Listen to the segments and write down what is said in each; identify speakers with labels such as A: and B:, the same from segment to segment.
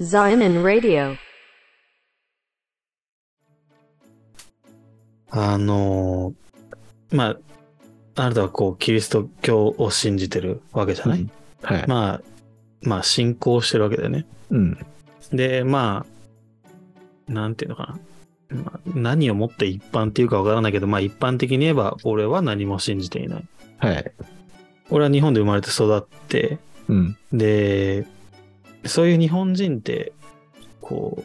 A: Zion Radio.
B: あのーまあ、あなたはこう、キリスト教を信じてるわけじゃない、
C: うんはい。
B: まあ、まあ、信仰してるわけだよね。
C: うん。
B: で、まあ、なんていうのかな。まあ、何をもって一般っていうかわからないけど、まあ一般的に言えば、俺は何も信じていない。
C: はい。
B: 俺は日本で生まれて育って、
C: うん。
B: で、そういう日本人って、こ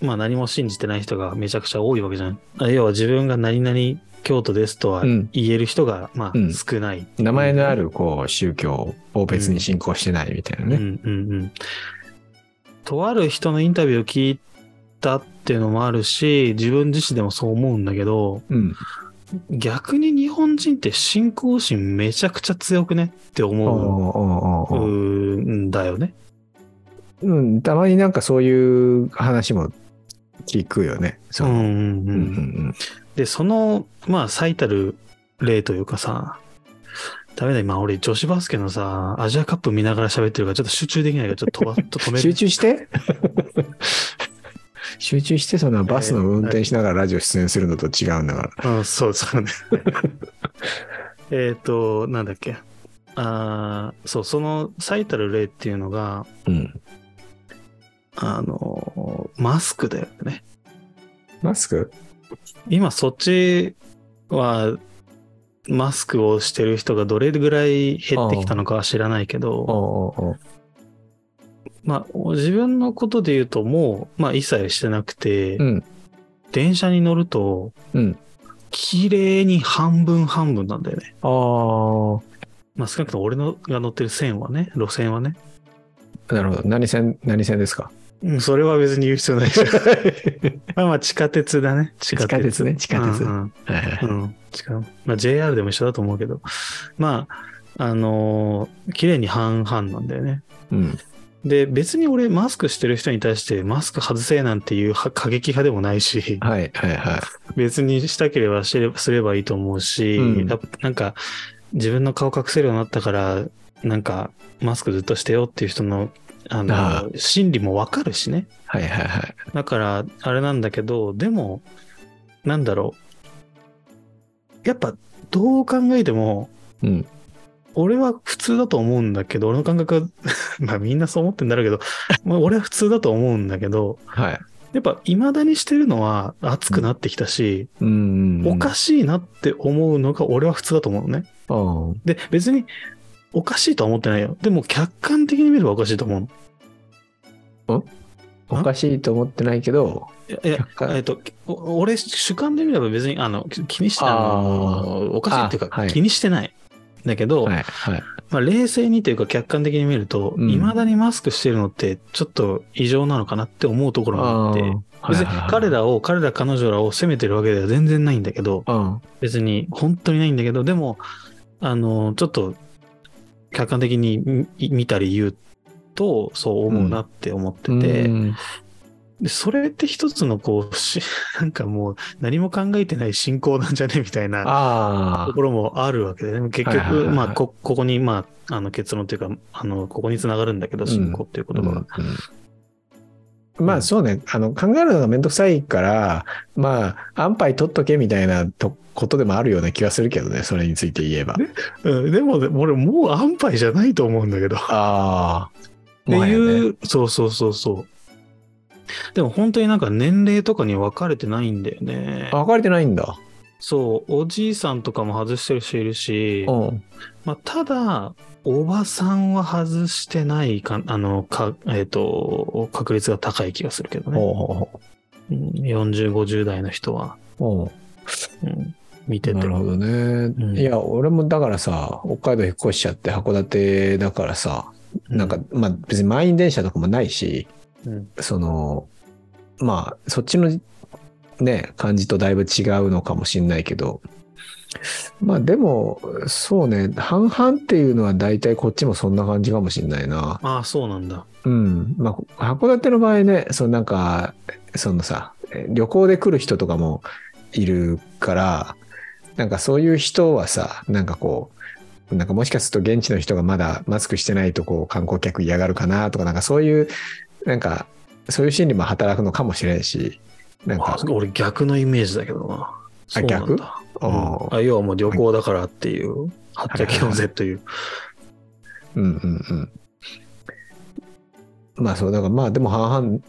B: う、まあ何も信じてない人がめちゃくちゃ多いわけじゃん。あ要は自分が何々教徒ですとは
C: うん
B: 言える人が、まあ
C: うん
B: 少ない。
C: 名前のある、こう、宗教を別に信仰してないみたいな
B: う
C: ね。
B: んうんうん。とある人のインタビューを聞いたっていうのもあるし、自分自身でもそう思うんだけど、
C: うん。
B: 逆に日本人って信仰心めちゃくちゃ強くねって
C: おー
B: 思
C: おーおーおー
B: うんだよね。
C: うん。たまになんかそういう話も聞くよね。
B: う
C: そ
B: ん
C: う。
B: うんう
C: うんんうん
B: で、その、まあ、最たる例というかさ、ダメだ、今、俺、女子バスケのさ、アジアカップ見ながら喋ってるから、ちょっと集中できないから、ちょっと飛ばちょっと止
C: うん。
B: め
C: 集
B: る。
C: 中して 集中して、そのバスの運転しながらラジオ出演するのと違うんだから。
B: うん、そうそうね。えっと、なんだっけ。あーそう、その最たる例っていうのが、
C: うん。
B: あの、マスクだよね。
C: マスク
B: 今、そっちは、マスクをしてる人がどれぐらい減ってきたのかは知らないけど、
C: おーおーおー
B: まあ、自分のことで言うと、もう、まあ、一切してなくて、
C: うん。
B: 電車に乗ると、
C: うん。
B: 綺麗に半分半分なんだよね。
C: あ
B: まあ、少なくとも俺のが乗ってる線はね、路線はね。
C: あ。なるほど。何線、何線で すか
B: うん、それは別に言う必要ないじゃん。 まあまあ、地下鉄だね。地
C: 地下鉄ね、地下鉄。
B: う
C: はい
B: ん
C: はいはい
B: うん、うん。地下まあ、JR でも一緒だと思うけど。まあ、あのー綺麗に半々なんだよね。
C: うん。
B: で、別に俺、マスクしてる人に対して、マスク外せなんていうは過激派でもないし。
C: はいはいは
B: 別にしたければしれすればいいと思うし、
C: うん
B: やっぱなんか自分の顔隠せるようになったからなんかマスクずっとしてよっていう人のあの
C: ああ
B: 心理もわかるしね
C: い。はいはいはい。
B: だからあれなんだけどでもなんだろうやっぱどう考えても
C: うん。
B: 俺は普通だと思うんだけど俺の感覚は まあみんなそう思ってんだろうけど、まあ、俺は普通だと思うんだけど
C: はい。
B: やっぱ未だにしてるのは熱くなってきたし、
C: うん。
B: おか
C: し
B: しいなって思うのが俺は普通だと思うのね。
C: あ
B: で、別におかしいとは思ってないよ。でも客観的に見ればおかしいと思うの。
C: おかしいと思ってないけど、
B: いやいや
C: 客、観
B: えっと、お俺主観で見れば別にあのき気にしてあ
C: あ
B: のおかしいっていうか、
C: あはい
B: 気にしてない。だけど、
C: はいはい。
B: まあ、冷静にというか客観的に見ると、
C: うん
B: いまだにマスクしてるのってちょっと異常なのかなって思うところがあって、
C: あー
B: 別に彼。らを、彼ら彼女らを責めてるわけでは全然ないんだけど、
C: はいはいはい
B: 別に本当にないんだけどでもあのちょっと客観的に見見たり言うとそう思うなって思って
C: うん。
B: て、
C: うん
B: でそれって一つのこうし なんかもう何も考えてない信仰なんじゃねみたいな
C: あ
B: ところもあるわけで、ね、結局、
C: はいはいはいはい
B: まあこここに、まあ、あの結論というかあのここにつながるんだけど信仰っていう
C: あ。
B: 言葉が、
C: うんうんまあそうね、あの考えるのがめんどくさいから、まあ、安牌取っとけみたいなとことでもあるような気はするけどね、それについて言えば。
B: うんでもでも俺もう安牌じゃないと思うんだけど
C: ああ。
B: って
C: もはや
B: い
C: ね。
B: う、そうそうそうそう。でも本当になんか年齢とかに分かれてないんだよね
C: あ。分かれてないんだ。
B: そう、おじいさんとかも外してる人いるし、
C: うん。
B: まあ、ただ、おばさんは外してないか、あの、か、えっ、と、確率が高い気がするけどね。
C: ほうほうほ
B: うん40、50代の人は、
C: う。うん。
B: うん見てて
C: なるほどね、
B: ん
C: いや俺もだからさ北海道引っ越しちゃって函館だからさなんか、、まあ別に満員電車とかもないし
B: うん
C: そのまあそっちのね感じとだいぶ違うのかもしんないけどまあでもそうね半々っていうのは大体こっちもそんな感じかもしんないな
B: ああ、そうなんだ。
C: うんまあ函館の場合ねそのなんかそのさえ旅行で来る人とかもいるからなんかそういう人はさなんかこうなんかもしかすると現地の人がまだマスクしてないとこう観光客嫌がるかなとかなんかそういうなんかそういう心理も働くのかもしれんし、なん
B: あ
C: か、
B: 俺逆のイメージだけどな。そうなんだ
C: 逆
B: うん
C: あー
B: あ要はもう旅行だからっていう、はったきのぜという。
C: うんうんうん。まあそう、だからまあでも半々っ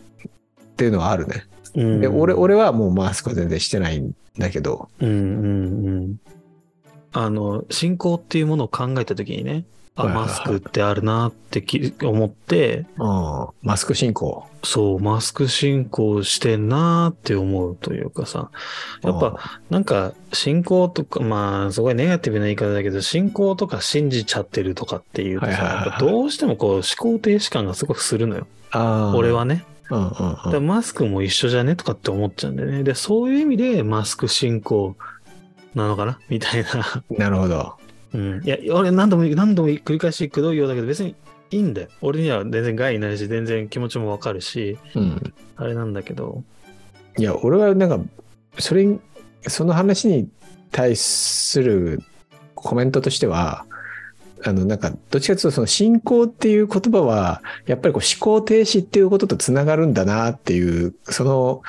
C: ていうのはあるね。
B: うん
C: で、俺、、俺はもうマスクは全然してないんだけど、
B: うんうんうん。あの、信仰っていうものを考えたときにね、あ、
C: はいはいはい
B: マスクってあるなってき思って、
C: うんマスク進行。
B: そう、マスク信仰してんなって思うというかさ、やっぱなんか信仰とか、まあすごいネガティブな言い方だけど、信仰とか信じちゃってるとかっていうとさ、
C: はいはいはいはい
B: やっぱどうしてもこう思考停止感がすごくするのよ。
C: あー
B: 俺、はね。
C: うんうん
B: で
C: うん、
B: マスクも一緒じゃねとかって思っちゃうんだよね。で、そういう意味でマスク信仰なのかなみたいな。
C: なるほど。
B: うん。いや、俺何度も何度も繰り返しくどいようだけど、別にいいんだよ。俺には全然害ないし、全然気持ちもわかるし、
C: うん。
B: あれなんだけど。
C: いや、俺はなんか、それに、その話に対するコメントとしては、あの、なんか、どっちかというと、その信仰っていう言葉は、やっぱりこう思考停止っていうこととつながるんだなっていう、その、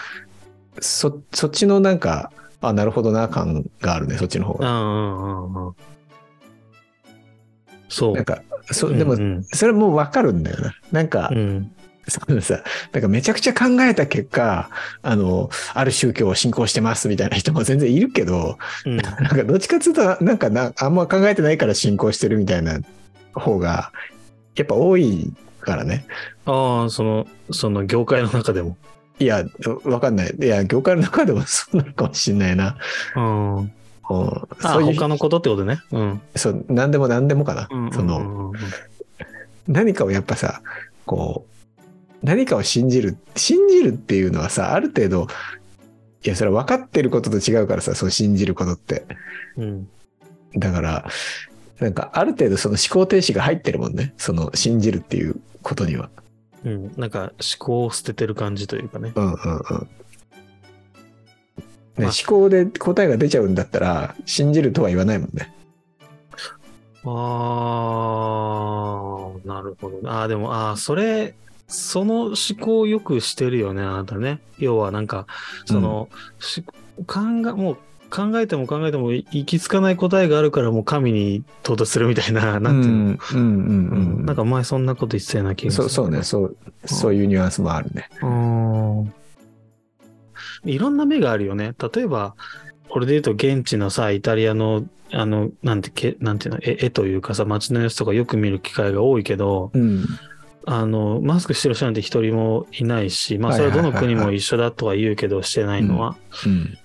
C: そ、そっちのなんか、あ、なるほどな感があるね、そっちの方
B: うん
C: が。
B: うんうんうん。そう
C: なん。か、そ、でも
B: う、ん
C: それもうわかるんだよな。なんか
B: う、ん、
C: そのさ、なんかめちゃくちゃ考えた結果、あの、ある宗教を信仰してますみたいな人も全然いるけど、
B: うんうん
C: なんかどっちかっていうと、なんかな、あんま考えてないから信仰してるみたいな方が、やっぱ多いからね。
B: ああ、その、その業界の中でも。
C: いや、わかんない。いや、業界の中でもそうなのかもしんないな。
B: うん。あ
C: うん、
B: あ
C: そういう
B: 他のことってことね。うん。
C: そう、なんでもなんでもかな。
B: うん
C: その、
B: うんうんうん
C: 何かをやっぱさこう何かを信じる信じるっていうのはさある程度いやそれは分かってることと違うからさそう信じることって
B: うん。
C: だからなんかある程度その思考停止が入ってるもんねその信じるっていうことには
B: うん。なんか思考を捨ててる感じというかね。
C: うんうんうんね
B: まあ
C: 思考で答えが出ちゃうんだったら信じるとは言わないもんね
B: ああ、なるほど。ああ、でも、ああ、それ、その思考をよくしてるよね、あなたね。要はなんか、その、し考え、もう考えても考えても行き着かない答えがあるからもう神に到達するみたいな、なんていうの、
C: うんうんうん
B: う
C: うん
B: んなんか前そんなこと言ってたような気がす
C: そ
B: る。
C: うそうねそうそういうニュアンスもあるね
B: うんいろんな目があるよね。例えば、俺で言うと現地のさ、イタリアの、あの、なんてけ、なんていうの、絵絵というかさ、街の様子とかよく見る機会が多いけど、
C: うん
B: あの、マスクしてる人なんて一人もいないし、まあ、
C: は
B: それ
C: いはい
B: は
C: はい
B: ど
C: はい
B: の国も一緒だとは言うけど、してないのは。
C: うん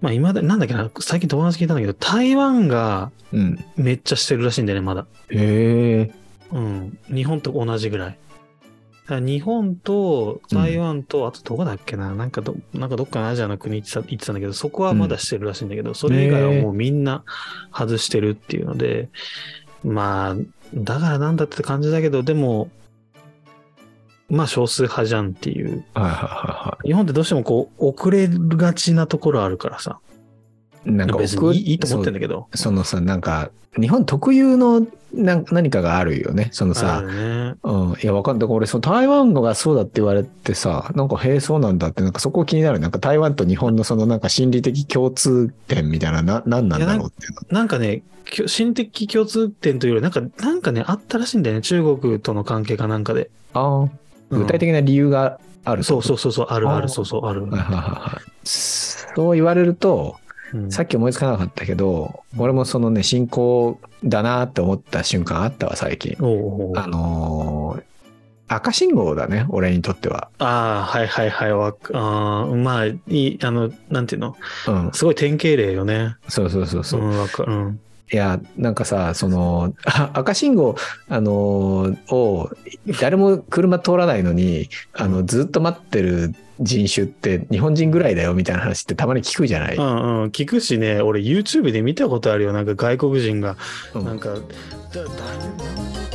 B: まあ、今だ、なんだっけな、最近友達聞いたんだけど、台湾が
C: うん
B: めっちゃしてるらしいんだよね、まだ。
C: へえ
B: うん。日本と同じぐらい。だから日本と台湾と、あとどこだっけな、なんかど、なんかどっかのアジアの国行ってた言ってたんだけど、そこはまだしてるらしいんだけど、それ以外はもうみんな外してるっていうので、まあ、だからなんだって感じだけど、でも、まあ少数派じゃんっていう。
C: はいはいはいは
B: 日本ってどうしてもこう、遅れがちなところあるからさ。
C: い。なんか
B: 別に
C: 僕
B: いいいいと思ってんだけど。
C: そうそのさ、なんか、日本特有のなん何かがあるよね。その
B: あ
C: さ、
B: るね。
C: うん、いや、わかんない。俺、その台湾のがそうだって言われてさ、なんか、へえ、そうなんだって、なんかそこ気になる。なんか台湾と日本のそのなんか心理的共通点みたいな、な、なんなんだろうっていうの。
B: なんかね、きょ心的共通点というより、なんか、なんかね、あったらしいんだよね。中国との関係かなんかで。
C: ああ、
B: うん
C: 具体的な理由がある、。
B: そうそううそうそう、あるあ
C: あ
B: る、
C: ー
B: そうそう、ある。
C: はいはいはいはい。そう言われると、
B: うん
C: さっき思いつかなかったけど、俺もそのね、信仰だなって思った瞬間あったわ、最近。
B: おうおう
C: あのー赤信号だね、俺にとっては。
B: ああ、はいはいはい、わかあーまあ、いい、あの、なんていうの、
C: うん、
B: すごい典型例よね。
C: そうそうそうそう。
B: う
C: い
B: ん、わかうん。
C: や、なんかさ、その、 あ赤信号、あのーを、誰も車通らないのに、あの、ずっと待ってる人種って日本人ぐらいだよみたいな話ってたまに聞くじゃない、
B: うんうん、聞くしね、俺 YouTube で見たことあるよ。なんか外国人が、
C: うん
B: なんか、だだいぶ